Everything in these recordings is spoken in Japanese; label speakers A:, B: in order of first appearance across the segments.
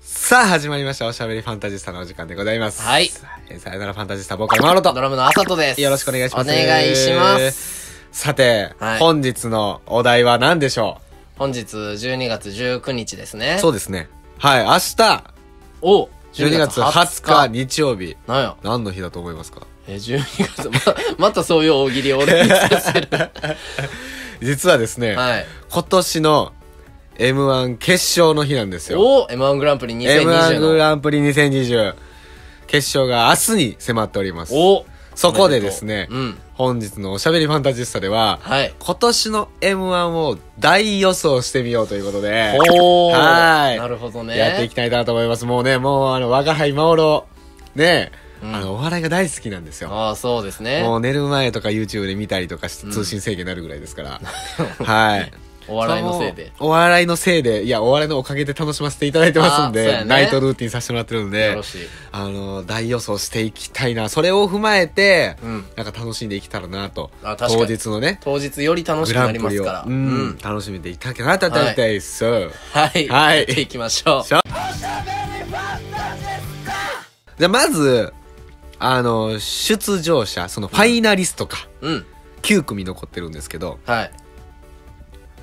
A: さあ、始まりました。おしゃべりファンタジスタのお時間でございます。
B: はい。
A: えーさよならファンタジスタ、ボーカルマロと
B: ド。ラムのあさとです。
A: よろしくお願いします。
B: お願いします。
A: す。さて、
B: はい
A: 本日のお題は何でしょ
B: 本日12月19日ですね。
A: うそうですね。はい、明日、
B: お
A: 12月20日。日曜日、
B: なんや
A: 何の日だと思いますか
B: え、12月、 ま、またそういう大喜利を俺にさ せる。
A: 実はですね、
B: はい。
A: 今年の M1 決勝の日なんですよ。
B: お M1 グランプリ
A: M1
B: 2020
A: グ
B: の。
A: ランプリ2020決勝が明日に迫っております。
B: お
A: そこでですね、
B: うん。
A: 本日のおしゃべりファンタジスタでは、
B: はい。
A: 今年の M1 を大予想してみようということで、
B: おー。
A: はい
B: なるほどね。
A: やっていきたいなと思います。もうね、もうあの、我輩マ郎ね、
B: うん
A: あの、お笑いが大好きなんですよ。
B: ああ、そうですね
A: も。う寝る前とか YouTube で見たりとかして通信制限になるぐらいですから。はい。
B: お笑いのせいで
A: そ。の。お笑いのせいで、いや、お笑いのおかげで楽しませていただいてますん
B: あーそう
A: で、
B: やね
A: ナイトルーティンさせてもらってるん
B: よ
A: で
B: ろ、しい。
A: あの、大予想していきたいな。それを踏まえて、
B: うん
A: なんか楽しんでいけたらなと。
B: あ確か
A: 当
B: に
A: 日のね、
B: 当日より楽
A: グ
B: しくな
A: ラン
B: り
A: プ
B: ます
A: リを
B: から。、
A: う
B: うん
A: ん、。楽しみていただけたらと思いです。
B: はい。
A: はい
B: やっていき ましょう。
A: じゃあまず、あの、出場者、そのファイナリストか、
B: うん。
A: 9組残ってるんですけど、
B: はい。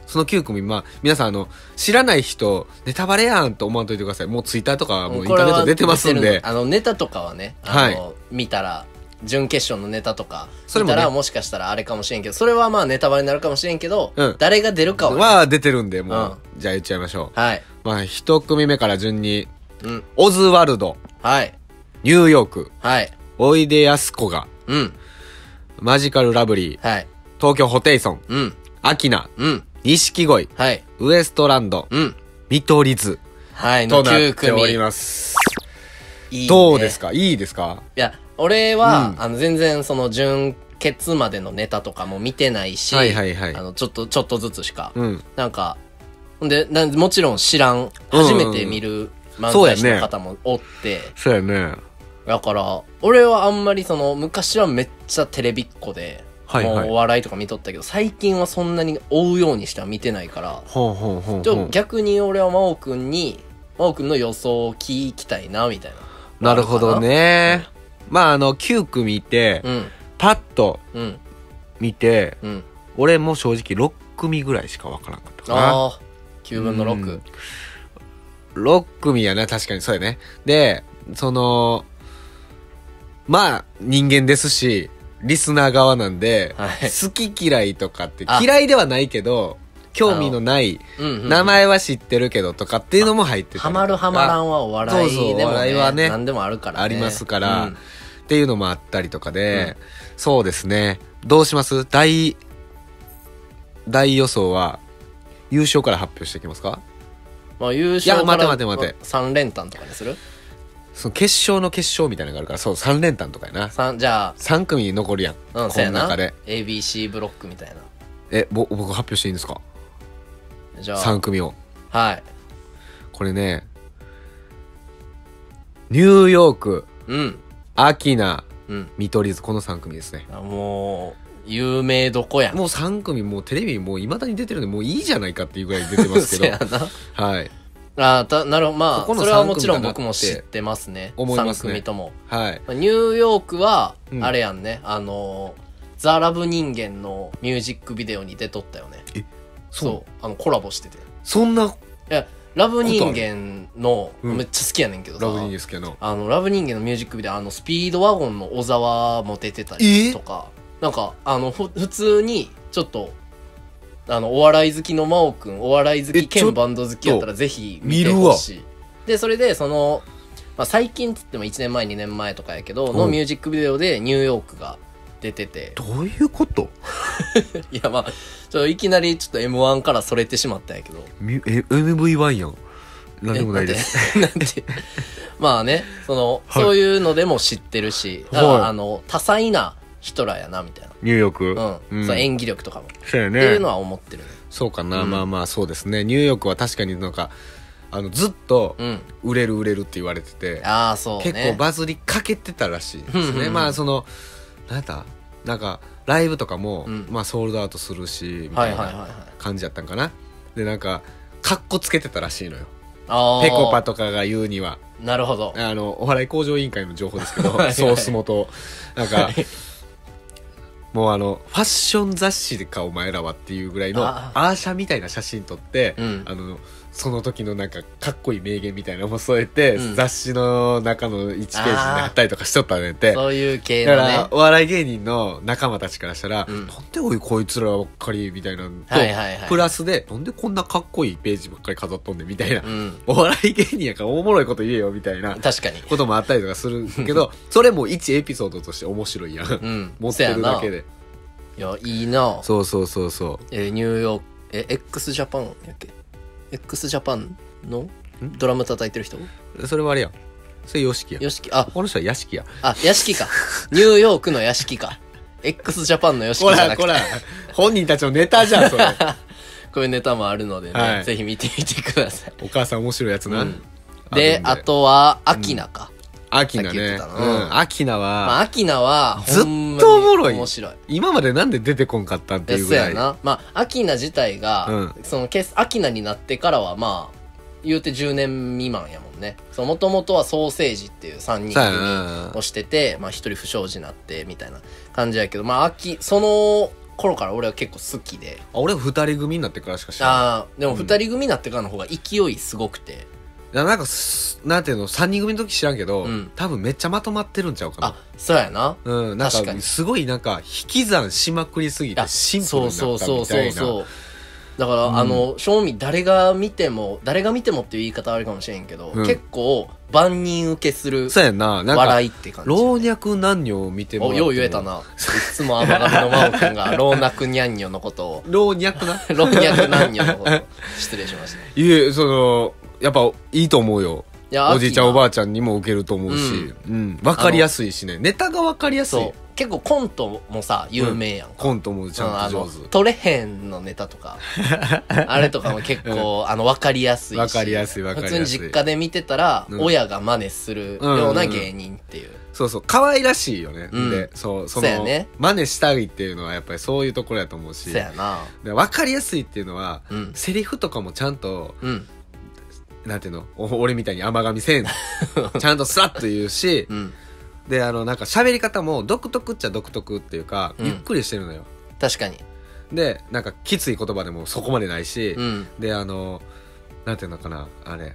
A: その9組、まあ、皆さん、あの、知らない人、ネタバレやんと思わんといてください。もうツイッターとか、もうイン
B: こ
A: ターネ
B: れ
A: ット
B: は
A: 出てますん
B: 出る
A: で
B: の、あのネタとかはね、あの見たら準決勝のネタとか
A: それ
B: 見
A: もね
B: たらもしかしたらあれかもしれんけどそれはまあネタバレになるかもしれんけど、
A: うん
B: 誰が出るかは、
A: は出てるんで、もう、じゃあ言っちゃいましょう。
B: はい
A: まあ、1組目から順に、
B: うん
A: オズワルド、
B: はい
A: ニューヨーク、
B: はい
A: おいでやすこが、
B: うん
A: マジカルラブリー、
B: はい
A: 東京ホテイソン、
B: うん
A: アキナ、
B: うん
A: 錦鯉、
B: はい
A: ウエストランド、
B: うん
A: 見取り図
B: はい
A: と
B: の
A: な
B: 9
A: っており
B: 組
A: ます。
B: いいね
A: どうですかいいですか
B: いや俺は、
A: うん
B: あの全然その準決までのネタとかも見てないし、
A: はいはいはい
B: あのちょっとちょっとずつしか、
A: うん。
B: なんか、ほんで、なんもちろん知らん、
A: うん
B: 初めて見る漫才師の方もおって、
A: そうやね。
B: だから、俺はあんまりその、昔はめっちゃテレビっ子で、
A: はいはい
B: もうお笑いとか見とったけど、最近はそんなに追うようにしては見てないから、
A: ほうほうほう
B: ち
A: ほ
B: ょ
A: う。
B: 逆に俺は真央くんに、真央くんの予想を聞きたいな、みたい
A: な
B: な。
A: るほど。ね。まああの、9組いて
B: う、ん、
A: パッと
B: うん、
A: 見て、
B: うん。
A: 俺も正直6組ぐらいしかわからんかったかな。
B: ああ、9分の
A: う
B: 6
A: ん。6組やな、確かにそうやね。で、その、まあ人間ですし、リスナー側なんで、
B: はい
A: 好き嫌いとかって
B: あ
A: 嫌いではないけど、興味のない、
B: うんうん、うん。
A: 名前は知ってるけどとかっていうのも入ってたりとか
B: ハマるハマらんはお笑いでも、ね、
A: そうそうお笑いはね
B: 何でもあるから、ね、
A: ありますから、
B: うん
A: っていうのもあったりとかで、
B: う
A: そうですねどうします大大予想は優勝から発表していきますか
B: まあ優勝
A: いや待て待て待て
B: 3連単とかにする
A: その決勝の決勝みたいなのがあるからそう3連単とかやな
B: 三じゃ
A: 3組残るやん、
B: あ、うん、
A: こ
B: せや
A: の
B: な
A: 中で
B: ABC ブロックみたい
A: えぼ僕発表していいんですか
B: なじゃ
A: 3
B: あ
A: 組を
B: はい
A: これねニューヨーク
B: うん
A: アキナ
B: うん
A: 見取り図この3組ですね
B: あもう有名どこやん
A: もう3組もうテレビもういまだに出てるんでもういいじゃないかっていうぐらい出てます
B: せ
A: け
B: や
A: ど
B: な
A: はい
B: あたなるほどまあ
A: ここの
B: それはもちろん
A: 三組かなって
B: 僕も知ってますね
A: 思いますね
B: 3組とも
A: はい
B: ニューヨークは
A: うん
B: あれやんね、あのザ・ラブ人間のミュージックビデオに出とったよね
A: そう
B: あのコラボしてて
A: そんな
B: いや、ラブ人間の、
A: うん
B: めっちゃ好きやねんけどさ、
A: ラブニーですけど
B: あの、ラブ人間のミュージックビデオ、あの、スピードワゴンの小沢も出てたりとか、なんか、あの、ふ普通に、ちょっと、あの、お笑い好きの真央くん、お笑い好
A: え
B: き
A: ちょっ
B: 兼
A: と
B: バンド好きやったらぜひ見てほしい。で、それで、その、まあ、最近っつっても1年前、2年前とかやけど、の
A: うん
B: ミュージックビデオでニューヨークが出てて、
A: どういうこと
B: いや、まあ、ちょっといきなりちょっと M1 からそれてしまったんやけど、
A: みえ MV1 やん何でもないです
B: す。なんて。 なんてまあね、その、
A: はい
B: そういうのでも知ってるし、だから、
A: はい
B: あの、多彩な人らやな、みたい
A: ニューヨーク
B: な。うん。
A: うん
B: その演技力とかも。っ
A: そうや
B: ていう
A: ね
B: のは思ってるね。
A: そうかな、
B: うん
A: まあまあそうですねニューヨークは確かになんかあのずっと
B: うん。
A: 売れる売れるって言われてて、
B: ああ、そうね。
A: 結構バズりかけてたらしいです
B: うんうん
A: ね
B: うん
A: まあそのなんやったなんかライブとかも、
B: うん
A: まあソールドアウトするしみ
B: は
A: た
B: い
A: い
B: はいはいはい
A: な。感じやったんかな、でなんかカッコつけてたらしいのよ
B: あああ。
A: ぺこぱとかが言うには
B: なるほど。
A: あのお笑い向上委員会の情報ですけ
B: はいは
A: ど
B: い
A: ソース元なんか
B: はい
A: もうあのファッション雑誌かお前らはっていうぐらいの
B: あ
A: アーシャみたいな写真撮って、
B: うん
A: あのその時のなんかかっこいい名言みたいなのも添えて、
B: うん
A: 雑誌の中の1ページに貼ったりとかしとったねんて。
B: そういう系
A: だか
B: の
A: ら
B: ね、。
A: お笑い芸人の仲間たちからしたら、
B: うん
A: なんでおいこいつらばっかりみたいなのと、
B: はいはいはい。
A: プラスで、なんでこんなかっこいいページばっかり飾っとんねんみたいな、
B: うん。
A: お笑い芸人やからおもろいこと言えよみたい な
B: 確かに。
A: こともあったりとかするけ ど、それも一エピソードとして面白いやん。
B: うん。
A: 持ってるだけ
B: で。
A: で。
B: いや、いいな
A: そうそうそうそう。
B: えーニューヨーク、え、x ジャパンやっけ ?X ジャパンのドラム叩いてる人
A: それはあれやん。それ、ヨシキや。
B: よしき、あ、
A: この人は屋敷や。
B: あ、屋敷か。ニューヨークの屋敷か。x ジャパンの屋敷じゃなくて。
A: ら、本人たちのネタじゃん、そ れ。
B: こういうネタもあるのでね、
A: はい
B: ぜひ見てみてくださ い。
A: お母さん面白いやつな。
B: うんで、あ
A: るん、
B: とは、アキナか。
A: アキナ
B: さっき言っ
A: ね。
B: て
A: う、
B: たなん
A: アキナ
B: まあ、
A: は、
B: アキナは、
A: ずっと
B: ほんまに
A: おもろい
B: 面白い。
A: 今までなんで出てこんかったんって
B: で
A: いう
B: そ
A: ぐ
B: う
A: ら
B: や
A: い。
B: な。まあ、アキナ自体が、
A: う
B: そのケース、アキナになってからは、まあ、言うて10年未満やもんね。そう、もともとはソーセージっていう3人
A: そうや
B: 組
A: な
B: をしてて、まあ、一人不祥事になって、みたいな感じやけど、まあ、アキ、その頃から俺は結構好きで、
A: あ俺二人組になってからしか知らない。
B: ああ、でも二人組になってからの方が勢いすごくて、
A: いやなんかす、なんていうの、三人組の時知らんけど、
B: うん
A: 多分めっちゃまとまってるんちゃうかな
B: あ。、そうやな。
A: うん、なん
B: 確かに
A: か、すごいなんか、引き算しまくりすぎて、シンプルになったみたいな。
B: そうそうそうそうだから、
A: うん
B: あの正味誰が見ても誰が見てもっていう言い方はあるかもしれんけど、
A: うん
B: 結構万人受けする
A: そうやんな。なんか、
B: 笑いって感じ
A: 老若男女を見てもら
B: お
A: っても
B: よう言えた。ないつも甘神の真央君 が老若にゃんにょのことを
A: 老若な
B: 老若男女のことを失礼しましたい
A: いえ、その、やっぱいいと思うよ。
B: や
A: おじいちゃんおば
B: あ
A: あちゃんにも受けると思うし、うん。わ、かりやすいしね。ネタがわかりやすい
B: そう。結構コントもさ有名やんか、
A: コントもちゃんと上
B: うんあの
A: 手。
B: 取れへんのネタ とかあれとかも結構、あの分かりやすいし
A: わかりやすいわかりやすい
B: 普通に実家で見てたら、
A: うん
B: 親が真似するような芸人っていう、
A: そうそう。可愛らしいよね。
B: うん
A: で、そう、そ
B: そうや
A: の、
B: ね
A: 真似したいっていうのはやっぱりそういうところやと思うし。
B: そやな
A: でわかりやすいっていうのは、
B: うん
A: セリフとかもちゃんと、
B: うん
A: なんていうのお俺みたいに甘噛みせん。 ちゃんとスラッと言うし、
B: うん
A: で、あの、なんか喋り方も独特っちゃ独特っていうか、
B: うん
A: ゆっくりしてるのよ。
B: 確かに
A: で、なんかきつい言葉でもそこまでないし、
B: うん
A: であのなんていうのかなあれ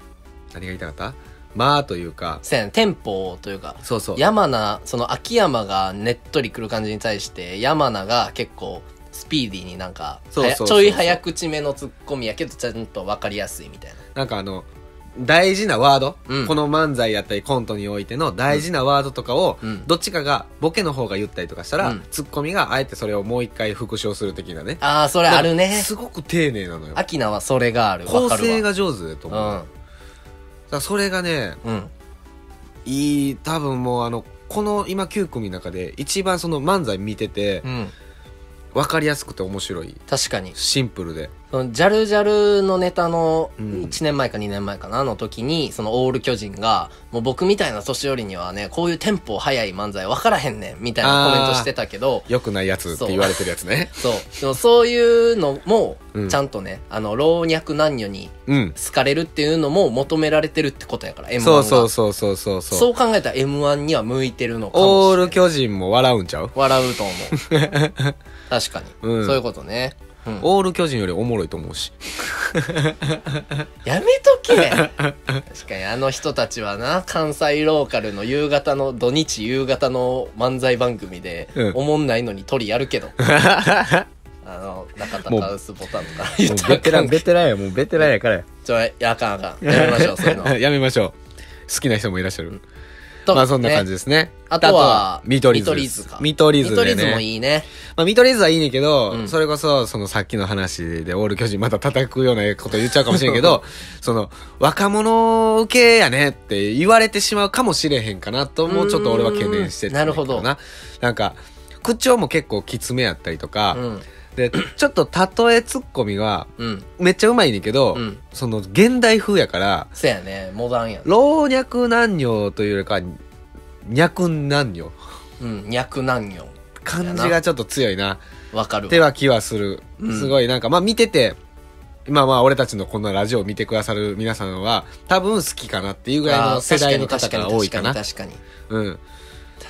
A: 何が言いたかったまあというか
B: そやなテンポというか
A: そうそう
B: 山名その秋山がねっとりくる感じに対して山名が結構スピーディーになんか
A: そうそうそう
B: はやちょい早口めのツッコミやけどちゃんと分かりやすいみたいな
A: なんかあの大事なワード、
B: うん
A: この漫才やったりコントにおいての大事なワードとかを、
B: うん
A: どっちかがボケの方が言ったりとかしたら、
B: うん
A: ツッコミがあえてそれをもう一回復唱する的なね
B: ああそれあるね
A: すごく丁寧なのよ
B: アキナはそれがある
A: 構
B: わかるわ
A: 成が上手だと思う、だからそれがね
B: うんうん
A: いい多分もうあのこの今9組の中で一番その漫才見てて
B: うん
A: 分かりやすくて面白い
B: 確かに
A: シンプルで
B: そのジャルジャルのネタの
A: うん
B: 1年前か2年前かなの時にそのオール巨人がもう僕みたいな年寄りにはねこういうテンポ早い漫才分からへんねんみたいなコメントしてたけど
A: 良くないやつって言われてるやつね
B: そうでもそういうのも
A: うん
B: ちゃんとね、あの老若男女に
A: うん
B: 好かれるっていうのも求められてるってことやから M1 が
A: そうそうそうそうそうそう
B: そう考えたら M1 には向いてるのか
A: オ
B: も
A: ー
B: しれ
A: ル
B: ない
A: 巨人も笑うんちゃう
B: 笑うと思う 確かに、
A: うん
B: そういうことね、うん
A: オール巨人よりおもろいと思うし
B: やめとけ確かにあの人たちはな関西ローカルの夕方の土日夕方の漫才番組で、
A: うん
B: おもんないのに取りや るけどあの中田カウスボタンとか言
A: も
B: っ
A: う
B: たら
A: ベ
B: あか
A: テ
B: ん
A: ランベテランやもうベテランやからや
B: ちょいやあかんあかんやめましょうそういうの
A: やめましょう好きな人もいらっしゃる
B: と
A: まあそんな感じですね
B: あとは
A: 見取り図です
B: 見取り図
A: 見取り図
B: か見取
A: で
B: り図も
A: ね
B: いいね
A: まあ見取り図はいいねんけど、
B: うん
A: それこそそのさっきの話でオール巨人また叩くようなこと言っちゃうかもしれんけ どその若者受けやねって言われてしまうかもしれへんかなともうちょっと俺は懸念してて
B: うーんなるほど
A: ななんか口調も結構きつめやったりとか、
B: うん
A: で、ちょっと例えツッコミは、
B: うん
A: めっちゃうまいねんけど、
B: うん
A: その、現代風やから、
B: そやねモダンやね
A: 老若男女というよりか、若男女。
B: うん脈男女
A: 感じがちょっと強いな。
B: わかるわ
A: 手は気はする。
B: うん
A: すごい、なんか、まあ見てて、今まあ俺たちのこのラジオを見てくださる皆さんは多分好きかなっていうぐらいの世代の方が多いかな
B: 確かに確かに確か
A: うん
B: に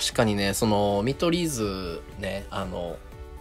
B: 確かにねその見取り図ねあの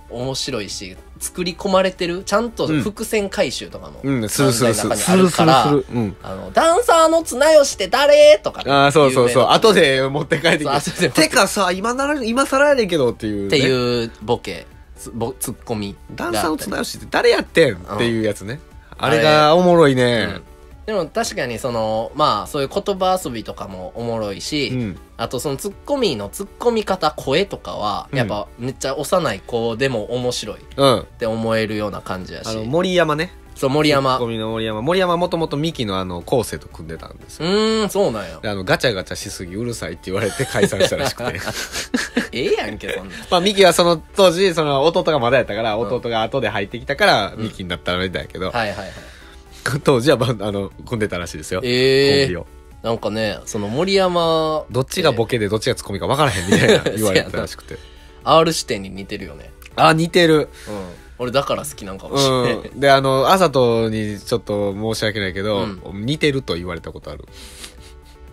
B: 面白いし作り込まれてるちゃんと
A: うん
B: 伏線回収とかも、
A: うんするするする
B: 漫
A: す
B: 才の
A: る
B: 中
A: す
B: に
A: る
B: あ
A: す
B: る
A: るうん
B: あのダンサーの綱吉って誰とかね、
A: ああそうそうそう
B: 有名な
A: 後で持って帰ってきて
B: そう後で持って
A: てかさ今なら今更やねんけどっていう、ね、
B: っていうボケつぼツッコミ
A: ダンサーの綱吉って誰やってん
B: ん
A: っていうやつねあれがおもろいね
B: でも確かにそのまあそういう言葉遊びとかもおもろいし、
A: うん
B: あとそのツッコミのツッコミ方声とかは
A: うん
B: やっぱめっちゃ幼い子でも面白いっ
A: うん
B: て思えるような感じや
A: あ
B: し
A: の森山ね
B: そう森山
A: ツッコ
B: う
A: ミの森山森山もともとミキのあの昴生と組んでたんですよ
B: ーんそうなん よ
A: であのガチャガチャしすぎうるさいって言われて解散したらしくて
B: ええやんけそんな
A: まあミキはその当時その弟がまだやったから
B: ん
A: 弟が後で入ってきたからミキになったみたいやけど、
B: はいはいはい
A: 当時はバンあの組んでたらしいですよ
B: え
A: コ
B: え
A: ンビを
B: なんかねその森山
A: どっちがボケでどっちがツッコミか分からへんみ たいな言われてたらしくて
B: R 視点に似てるよね
A: あ似てる
B: うん俺だから好きなんかもしれない、
A: うん、であのあさとにちょっと申し訳ないけど、
B: う
A: 似てると言われたことある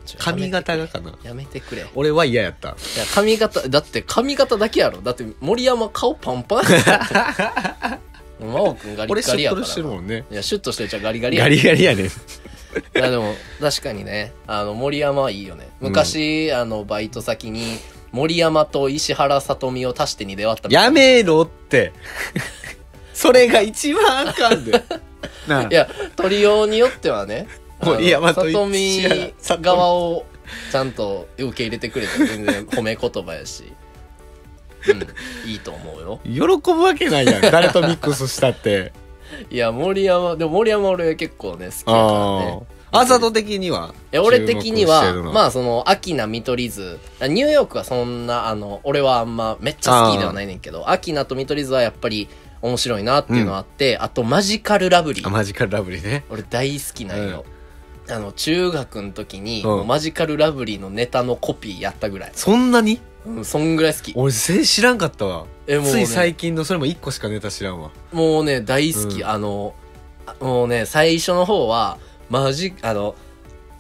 B: ちょ
A: 髪型がかな
B: やめてくれ
A: 俺は嫌やった
B: いや髪型だって髪型だけやろだって森真央顔パンパンや ろ真央くんガリ
A: 俺シ
B: ガ
A: ュ
B: リ
A: ッ
B: や
A: とる
B: からな
A: してるもんね
B: いやシュッとしてるじゃんガリガリや
A: ガリガリ やねん
B: いやでも確かにねあの森山はいいよね昔、あのバイト先に森山と石原さとみを足して2で割ったみたい
A: や
B: な
A: めろって それが一番あかんでなあ
B: いや取りようによってはねあ の
A: 森山と
B: さとみ
A: 石原さとみ
B: 側をちゃんと受け入れてくれて全然褒め言葉やし、うん、いいと思うよ
A: 喜ぶわけないやん誰とミックスした って
B: いや森山でも森山俺結構ね好きだから
A: あ
B: ね
A: ああさと的には
B: え俺的にはま
A: あ
B: あその秋名見取り図ニューヨークはそんなあの俺はあんまめっちゃ好きではないねんけど秋名と見取り図はやっぱり面白いなっていうのはあって、あとマジカルラブリー
A: マジカルラブリーね
B: 俺大好きなんよ、あの中学の時に、
A: うん
B: もうマジカルラブリーのネタのコピーやったぐらい、
A: そんなに
B: うん、そんぐらい好き
A: 俺全然知らんかったわ
B: えもう
A: つ
B: ね
A: い最近のそれも1個しかネタ知らんわ
B: もうね大好き、
A: うん
B: あのあもうね最初の方はマジあの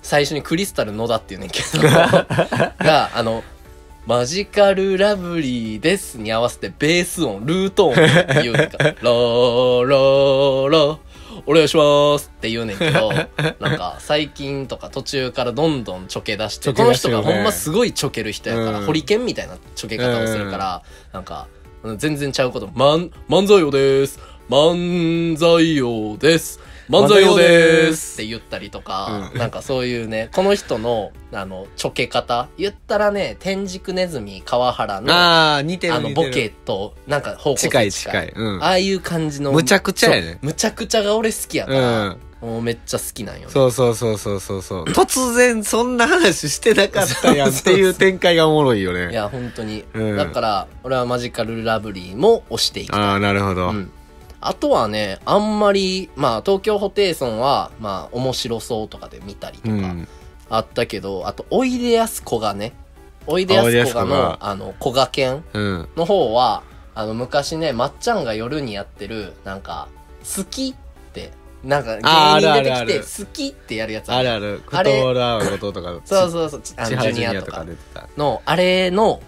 B: 最初にクリスタル野田っていうねんけ どがあの「マジカルラブリーです」に合わせてベース音ルート音っていうねんか「ローローロー」お願いしますって言うねんけどなんか最近とか途中からどんどんちょけ出して
A: ちょ
B: こ
A: け
B: の
A: 出して
B: 人
A: る
B: が
A: ね
B: ほんますごいちょける人やから、
A: うん
B: ホリケンみたいなちょけ方をするから、なんか全然ちゃうこと「まん漫才王です漫才王です漫才王です」って言ったりとか、
A: うん
B: なんかそういうねこの人のあのちょけ方言ったらね天竺ネズミ川原のあ
A: ああ似てる
B: の
A: 似
B: ボ
A: てる
B: ケとなんか方向性
A: 近い近いうん
B: ああいう感じの
A: むちゃくちゃやね
B: そうむちゃくちゃが俺好きやか
A: う
B: ら、
A: ん
B: もうめっちゃ好きなんよね
A: そうそうそうそうそうそう突然そんな話してなかったやんっていう展開がおもろいよ
B: い
A: ね
B: や本当に、
A: うん
B: だから俺はマジカルラブリーも推していきたい
A: ああなるほど、
B: うん、あとはねあんまりまあ東京ホテイソンはまあ面白そうとかで見たりと
A: う
B: か
A: ん
B: あったけど、あとおいでやすこがねおいでやすこが
A: おいでや
B: の
A: すこ
B: あのこがけん
A: うん
B: の方はあの昔ねまっちゃんが夜にやってるなんか「好き」ってなんか
A: あー
B: 芸人出
A: あるあるあ
B: て
A: る
B: きて「好き」ってやるやつ
A: あ
B: る
A: るあるクト
B: あれ
A: ーラーこととか
B: そうそうそうち
A: 千
B: あのジ
A: 原
B: ュ
A: ジ
B: ニ
A: ュニ
B: ア
A: ア
B: と
A: と
B: か
A: か出てた
B: のあれの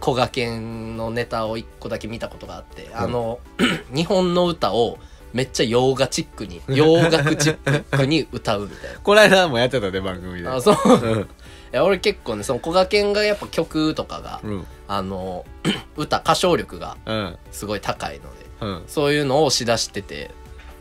B: こがけんのネタを一個だけ見たことがあって、あの 日本の歌をめっちゃ洋画チックに洋楽チックに歌うみたい
A: この間もやってたで番組で
B: なあそうい
A: うん
B: や俺結構ねそのこがけんがやっぱ曲とかが、
A: うん
B: あの 歌歌唱力が
A: うん
B: すごい高いので
A: うん
B: そういうのを押し出してて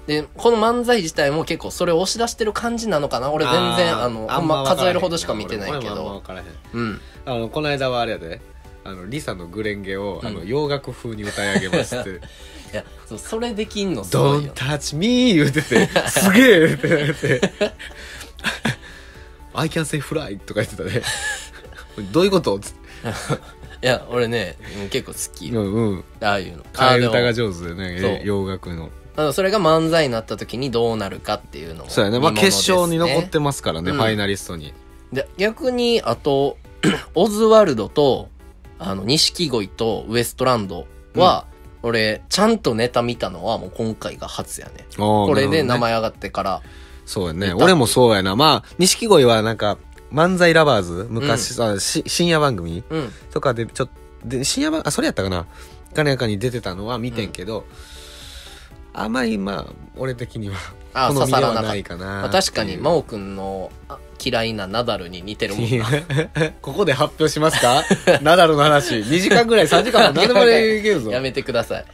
B: でこの漫才自体も結構それを押し出してる感じなのかな俺全然あのあんま数えるほどしか見てない
A: 俺もあん
B: け
A: ま
B: ど
A: 分からへん
B: うん
A: あのこの間はあれやであのリサのグレンゲを、あの洋楽風に歌い上げますって
B: いやそうそれできんの
A: 「
B: すごい
A: Don't
B: よ
A: touch me」言うてて「すげえ!」 ってなって「I can say fly」とか言ってた ねどういうことつって
B: いや俺ねうん結構好き、
A: うんうん
B: ああいうのあ
A: 替
B: あ
A: え
B: でも
A: 歌が上手でね
B: そう
A: え洋楽の
B: あのそれが漫才になった時にどうなるかっていうのも
A: そうやねまあ
B: 見もので
A: 決
B: すね
A: 勝に残ってますからね、
B: うん
A: ファイナリストに
B: で逆にあと オズワルドとあの錦鯉とウエストランドは、俺ちゃんとネタ見たのはもう今回が初やね
A: こ
B: これで名前上がってから、
A: そうや
B: 見
A: ね。
B: た
A: 俺もそうやな。まあ、錦鯉はなんか、漫才ラバーズ昔さ、し深夜番組
B: うん
A: とかで、ちょっと、で深夜番、あ、それやったかな。かねやかに出てたのは見てんけど、あまりまあ、俺的には、
B: あ
A: 好
B: 刺
A: み
B: さ
A: で
B: ら
A: は
B: なかっ
A: な
B: た
A: いかな
B: まあ、確かに 真央くんのあ嫌いなナダルに似てるもんな
A: ここで発表しますか ナダルの話。2時間ぐらい、3時間も何でもいけるぞ。
B: やめてください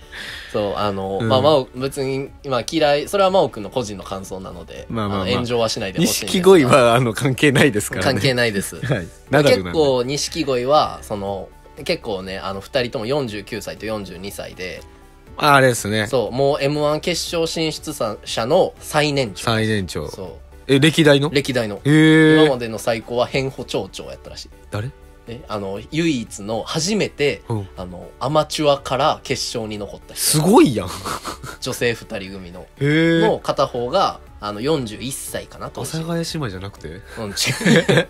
B: そうあの、
A: うん
B: まあ真央別に今嫌いそれは真央くんの個人の感想なので、
A: まあまあまあ
B: の炎上はしないでほしいんです
A: 錦
B: が
A: 鯉は、あの、関係ないですからね。
B: 関係な いです
A: はい。ナダルなん
B: 結
A: で。
B: 構錦鯉はその結構ねあの2人とも49歳と42歳で
A: ああれですね。
B: そうもう m 1決勝進出者の最年長
A: 最年長。
B: そ
A: え、歴代の
B: う歴代の
A: へ
B: 今
A: え。
B: までの最高は変保町長やったらしい
A: 誰
B: ねあの唯一の初めて
A: うん。
B: あのアマチュアから決勝に残った人
A: すごいやん。
B: 女性2人組の
A: へえ。
B: の片方があの41歳かな
A: 阿
B: と
A: 佐ヶ谷姉妹じゃなくて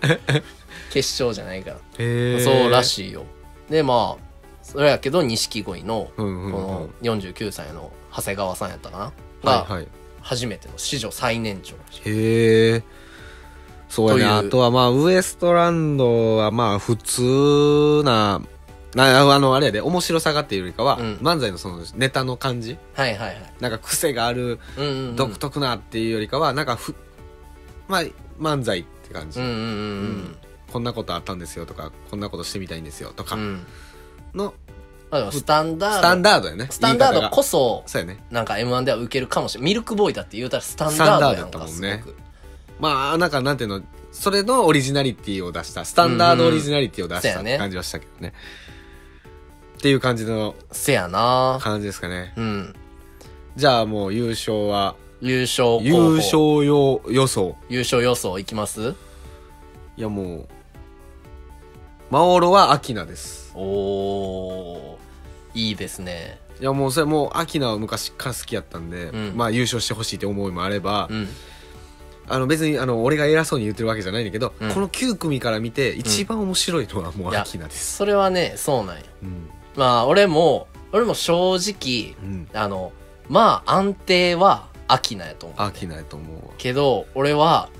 B: 決勝じゃないから
A: へ
B: そうら
A: い。
B: しいよでまあそれやけど錦鯉の
A: うんう
B: こ
A: ん、うん
B: の。49歳の長谷川さんやったかな
A: はい
B: が
A: はい。
B: 初めての史上最年長
A: へえ。そうや
B: とい
A: ね。
B: う
A: あとはまあ、ウエストランドはまあ、普通な、なあの、あれやで、面白さがっていうよりかは、
B: うん
A: 漫才のそのネタの感じ、
B: はいはいはい
A: なんか癖がある、
B: うんうんうん
A: 独特なっていうよりかは、なんかふ、まあ、漫才って感じ、
B: うんうんうん
A: こんなことあったんですよとか、こんなことしてみたいんですよと
B: う
A: か
B: んうん
A: の、
B: まあでもスタンダード
A: スタンダードやね。
B: スタンダード
A: 言い方
B: こ
A: が
B: そ
A: そうやね。
B: なんか m 1では受けるかもしれないミルクボーイだって言うたらスタン
A: スタ
B: ダードやん
A: ンダードや
B: か
A: ったも
B: す
A: んね
B: ごく
A: まあ、なんか、なんていうの、それのオリジナリティを出した、スタンダードオリジナリティを出した
B: うんうん
A: っ
B: そうやね
A: て感じはしたけどね。っていう感じの
B: せやな
A: 感じですかね。
B: うん
A: じゃあもう優勝は、
B: 優勝候補
A: 優勝用予想。
B: 優勝予想いきます
A: いやもう、マオロはアキナです。
B: おーいいですね
A: いやもうそれもうアキナは昔から好きやったんで、
B: うん
A: まあ優勝してほしいって思いもあれば、
B: うん
A: あの別にあの俺が偉そうに言ってるわけじゃないんだけど、
B: うん
A: この9組から見て一番面白いのはもうアキナです。
B: それはねそうなんや
A: うん。
B: まあ俺も俺も正直
A: うん。
B: あの、まあ安定はアキナやと思う。
A: アキナやと思うわ。
B: けど、俺は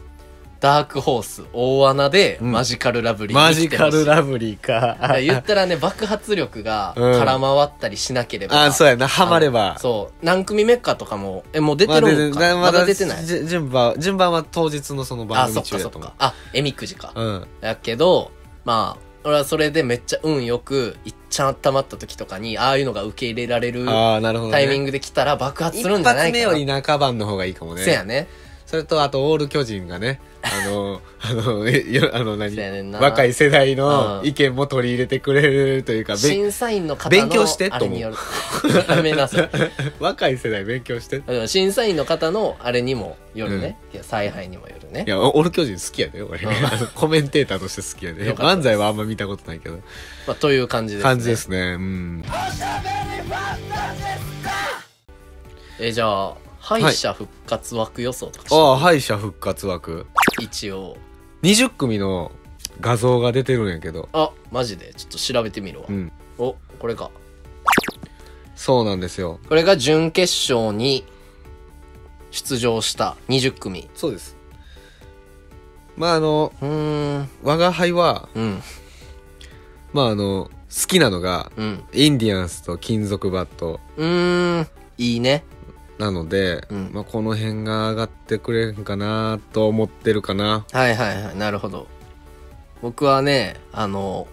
B: ダークホース、大穴で
A: うん
B: マジカルラブリー、
A: マジカルラブリーか。
B: 言ったらね、爆発力が
A: うん
B: 空回ったりしなけれ ば。
A: あそうやなハマれば
B: そう。何組目かとかも、え、もう出てるんか、ま
A: ま
B: だ
A: だ
B: 出てない。
A: じ順番順番は当日のその
B: あ、
A: 番
B: そ
A: 組
B: っか
A: 中
B: そ
A: だ
B: っ
A: と思う
B: か。あ、えみくじか。
A: うん
B: やけど、まあ、俺はそれでめっちゃ運よく、いっちゃん温まった時とかに、ああいうのが受け入れられる
A: ああなるほど、ね、
B: タイミン
A: グ
B: グで来たら爆発するん
A: 一
B: じゃな
A: 発
B: いか
A: 目
B: な。
A: より中盤の方がいいかもね
B: せやね。
A: それとあとオール巨人がねあの あのえよあの何
B: せやねんな
A: 若い世代の
B: うん
A: 意見も取り入れてくれるというか、べん
B: 審査員の方の
A: 勉強してと思う
B: あれによるやめなさい
A: 若い世代勉強してい
B: でも審査員の方のあれにもよるね、いや采配にもよるね
A: やオール巨人好きやで俺、
B: うん
A: あのコメンテーターとして好きやで
B: よかった
A: 漫才はあんま見たことないけど
B: まあ、という感じです、ね、
A: 感じですねうん
B: えじゃあ敗者復活枠予想とかし、
A: ああ敗者復活枠
B: 一応
A: 20組の画像が出てるんやけど、
B: あマジでちょっと調べてみるわ、
A: うん、
B: おこれか
A: そうなんですよ
B: これが準決勝に出場した20組
A: そうですまああの
B: うーん
A: 我が輩は
B: うん
A: まああの好きなのが
B: うん
A: インディアンスと金属バット
B: うーんいいね
A: なので、
B: うん
A: まあ、この辺が上がってくれんかなと思ってるかな
B: はいはいはいなるほど僕はねあの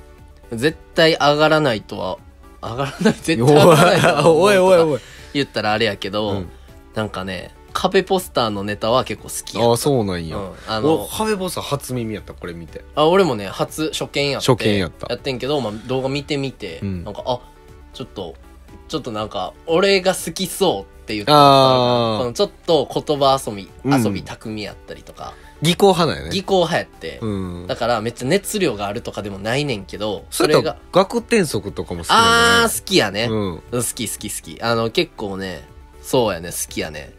B: 絶対上がらないとは上がら ない絶対上がらないとは思う
A: おい おい
B: とか
A: おい
B: 言ったらあれやけど、
A: うん
B: なんかね壁ポスターのネタは結構好きや
A: ああそうなんや、
B: うんあ
A: お
B: の
A: ハベボス初耳やったこれ見て
B: あ俺もね初初見やって
A: 初見やった
B: ってんけど、まあ、動画見てみて、
A: うん
B: なんかあちょっとちょっとなんか俺が好きそうって言った
A: あー
B: このちょっと言葉遊び
A: うん
B: 遊び巧みやったりとか、
A: 技巧派なんや
B: 技
A: ね
B: 巧派やって、
A: うん
B: だからめっちゃ熱量があるとかでもないねんけど、
A: そ
B: そ
A: れ
B: れ
A: と
B: が、
A: 学転則とかも好きな
B: あ
A: ん
B: ー、好きや
A: じ
B: ね。
A: ゃないうん
B: 好き好き好き。あの、結構ね、そうやね、好きやね。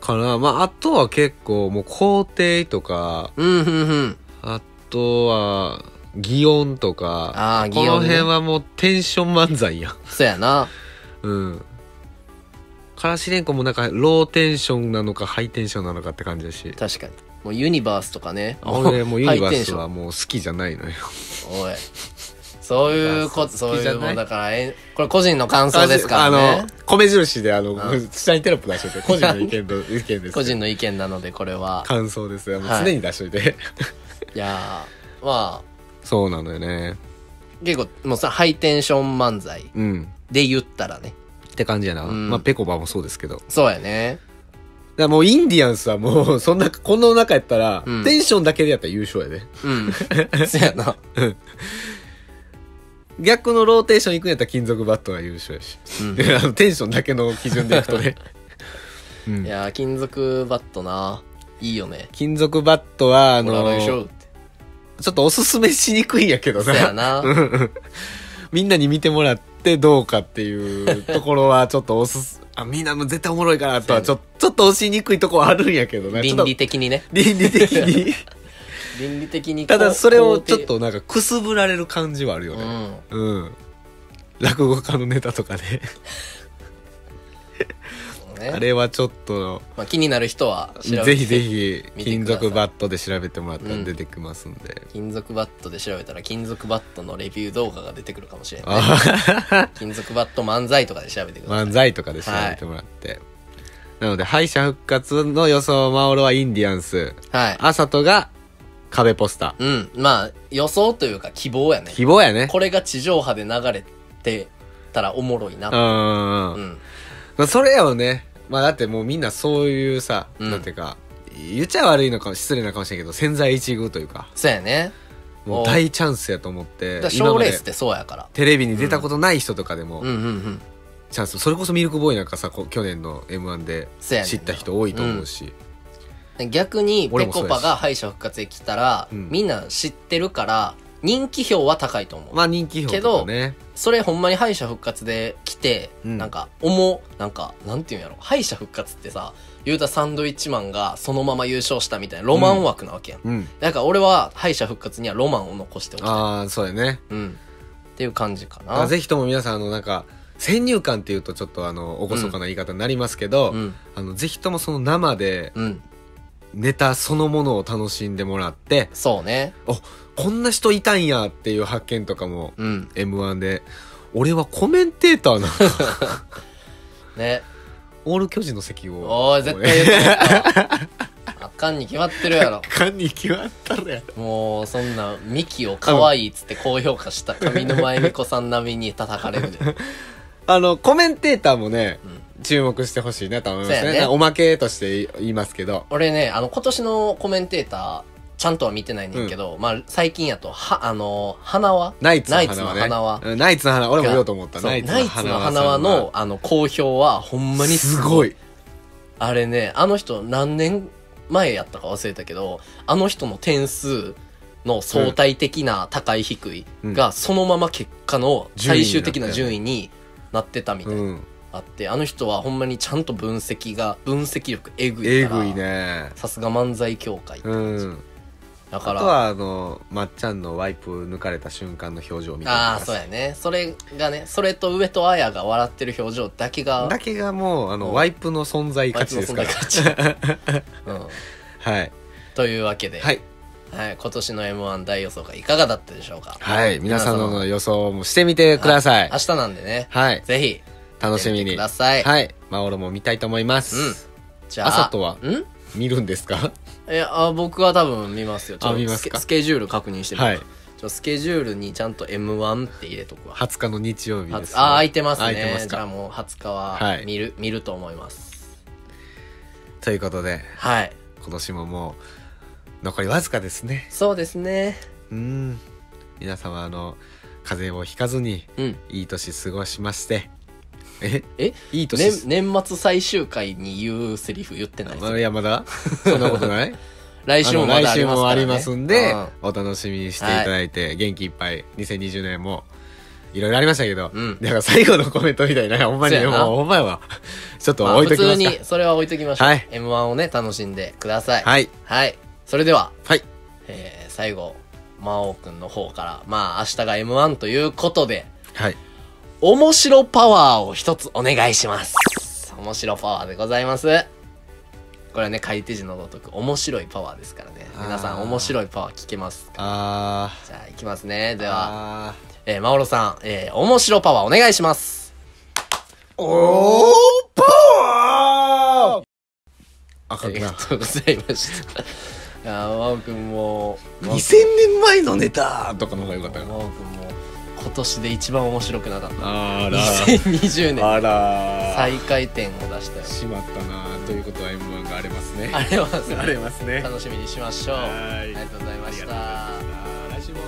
A: かなまああとは結構もう工程とか
B: うん、うん、うん。
A: あとは擬音とか
B: あー擬音ね
A: この辺はもうテンション漫才やん
B: そうやな。
A: うんからしれんこもなんかローテンションなのかハイテンションなのかって感じだ し
B: 確かにもうユニバースとかね
A: 俺もうユニバース
B: ハ
A: はもう好きじゃないのよ
B: イテンションおいそういうこ
A: ユニバー
B: と
A: ス
B: そう
A: 好きじ
B: い
A: ゃないう
B: もんだからえこれ個人の感想ですから
A: あ
B: ね
A: の米印であの
B: うん
A: 下にテロップ出しといて 個人の意見と意見です
B: 個人の意見なのでこれは
A: 感想ですあの
B: はい
A: 常に出しといて
B: いやーまあ
A: そうなのよね
B: 結構もうさハイテンション漫才
A: うん
B: で言ったらね
A: って感じやな、
B: うん
A: まあぺこぱもそうですけどだか
B: そうやね
A: らもうインディアンスはもうそんなこの中やったら、
B: うん
A: テンションだけでやったら優勝やで
B: うんそうやな
A: 逆のローテーション行くんやったら金属バットが優勝やし、 あのテンションだけの基準でいくと ね、うん
B: いやー金属バットないいよね
A: 金属バットはあ
B: 俺は
A: のち
B: 優勝
A: ょ
B: って
A: っとおすすめしにくいんやけど
B: そうやな
A: みんなに見てもらってどうかっていうところはちょっとおす すあみんなも絶対おもろいからとはちょちょっと押しにくいとこはあるんやけどなちょっ
B: 倫
A: と
B: 理的にね
A: 倫理 的に
B: 倫理的にこ
A: た
B: う
A: だそれをちょっ
B: こ
A: となんかくすぶられる感じはある
B: う
A: よ
B: う
A: ね
B: ん
A: うん、落語家のネタとかね
B: そう
A: あ
B: ね
A: れはちょっと
B: まあ気になる人は調べて
A: ぜひぜひ
B: 見て
A: 金
B: ください
A: 属バットで調べてもらった
B: う
A: ら
B: ん
A: 出てきますんで、
B: 金属バットで調べたら金属バットのレビュー動画が出てくるかもしれない
A: あ
B: 金属バット漫才とかで調べてください
A: 漫才とかで調べてもらって、なので敗者復活の予想マオロはインディアンス
B: はい
A: あさとが壁ポスター
B: うんまあ予想というか希望やね
A: 希望やね
B: これが地上波で流れてたらおもろいな
A: うんうん
B: う
A: うん
B: ん
A: まあそれをねまあだってもうみんなそういうさ、
B: うん
A: なんていうか言っちゃ悪いのかも失礼なかもしれんけど千載一遇というか
B: そうやね
A: もう大チャンスやと思って
B: だから賞レ
A: 今ま
B: ースっ
A: で
B: てそうやから
A: テレビに出たことない人とかでも、
B: うんうんうん
A: チャンスそれこそミルクボーイなんかさこ去年の m 1で
B: そうやねんな
A: 知った人多いと思うし、
B: 逆に
A: 俺
B: ぺ
A: もそう
B: こ
A: やし
B: ぱが敗者復活へ来たら、
A: うん
B: みんな知ってるから人気票は高いと思う、
A: まあ人気票とかね
B: それほんまに敗者復活で来て、
A: うん
B: なんか思うなんかなんていうんやろ敗者復活ってさ言うたらサンドイッチマンがそのまま優勝したみたいなロマン枠なわけやん、
A: うん
B: だから俺は敗者復活にはロマンを残しておきたい、
A: ああそうやね
B: うん、っていう感じか
A: だから
B: な
A: ぜひとも皆さんあのなんか先入観っていうとちょっとあの厳かな言い方になりますけど、
B: うん
A: あのぜひともその生で
B: うん
A: ネタそのものを楽しんでもらって
B: そうね
A: こんな人いたんやっていう発見とかも
B: うん
A: m 1で俺はコメンテーターな んだ
B: ね
A: オール巨人の席を
B: おい絶対言ってやったあかんに決まってるやろ
A: かんに決まったらや
B: もうそんなミキを可愛いっつって高評価した上沼恵美子さん並みに叩かれるで
A: あのコメンテーターもね、
B: う
A: 注目してほしいなと思います
B: そう
A: ね
B: やね
A: おまけとして言いますけど
B: 俺ねあの今年のコメンテーターちゃんとは見てないねんけど、まあ最近やとはあの花輪
A: ナイツの花はね
B: ナイツの花は
A: うんナイツの花俺も言おうと思った
B: そうナイツの花輪
A: さん
B: のあの好評はほんまに
A: すご
B: い
A: い
B: あれねあの人何年前やったか忘れたけどあの人の点数の相対的な高い低いがそのまま結果の最終的な順位になってたみたいな
A: うん
B: あってあの人はほんまにちゃんと分析が分析力えぐい
A: え
B: か
A: ぐ
B: ら
A: いね
B: さすが漫才協会
A: うん
B: だか
A: あ
B: ら
A: とはあのまっちゃんのワイプ抜かれた瞬間の表情みたいな
B: ああそうやねそれがねそれと上戸彩が笑ってる表情だけが
A: だけがもうあ
B: うん
A: のワイプの存在
B: あ
A: 価
B: いつ
A: 値
B: の
A: です
B: 存
A: か
B: 在
A: ら
B: 価値うん
A: はい
B: というわけで、
A: はい
B: はい今年の m 1大予想がいかがだったでしょうか
A: はい皆さん
B: 皆様
A: の予想もしてみてください
B: 明日なんでね
A: はい
B: ぜひ
A: 楽しみ
B: 見てみて
A: に
B: ください
A: はいマオロも見たいと思いま
B: うん
A: す
B: じゃあ
A: 朝とは
B: ん
A: 見るんですか
B: いやあ僕は多分見ますよちょっ
A: あ
B: と
A: 見ますか
B: スケスケジュール確認してみる、
A: はい
B: ちょスケジュールにちゃんと m 1って入れとくわ
A: 20日の日曜日
B: は
A: で
B: つ
A: す
B: あー空いてますね
A: 空いてます
B: じゃあ
A: か
B: もう20日
A: は
B: はい見る、見ると思います
A: ということで
B: はい
A: 今年ももう残りわずかですね
B: そうですね
A: うん皆様あの風邪をひかずに
B: うん
A: いい年過ごしましてえ
B: え
A: いい年
B: 年年末最終回に言うセリフ言ってないです
A: あいやま だそんなことない
B: 来週もまだあ
A: あの来
B: り
A: 週
B: ますから、ね、
A: もありますんで、
B: うん
A: お楽しみにしていただいて、元気いっぱい2020年もいろいろありましたけど、
B: うん
A: だから最後のコメントみたいなほんまに
B: そうや
A: もう
B: な
A: ほんまやわちょっと
B: まあ
A: 置いと
B: 普
A: きま
B: 通
A: すか、
B: にそれは置いときましょう、
A: はい
B: m 1をね楽しんでくださいい、
A: はい
B: はい、それでは、
A: はい
B: えー最後真央くんの方からまあ明日が m 1ということで
A: はい
B: 面白パワーを一つお願いします。面白パワーでございます。これはね、書い手字のごとく面白いパワーですからね。
A: あー
B: 皆さん面白いパワー聞けますか
A: あ
B: じゃあ、いきますね。で
A: ー
B: は、
A: あ
B: えー、まおろさん、えー、面白パワーお願いします。
A: おーパワーあ
B: あ
A: かん
B: り
A: な
B: がとうございました。いやー、まおくんも、まお
A: 2000年前のネタとかの方がよかった
B: くん
A: よ
B: も今年で一番面白くなかった。
A: あ
B: 2020年、
A: あら
B: 再回転を出したよ。
A: しまったなということは M1 が荒れますね
B: ありがとうございます。
A: 荒れますね
B: 楽しみにしましょう。あ
A: は
B: り
A: い
B: がとうございま
A: あり
B: し
A: がとうござい
B: た
A: ま。した来週も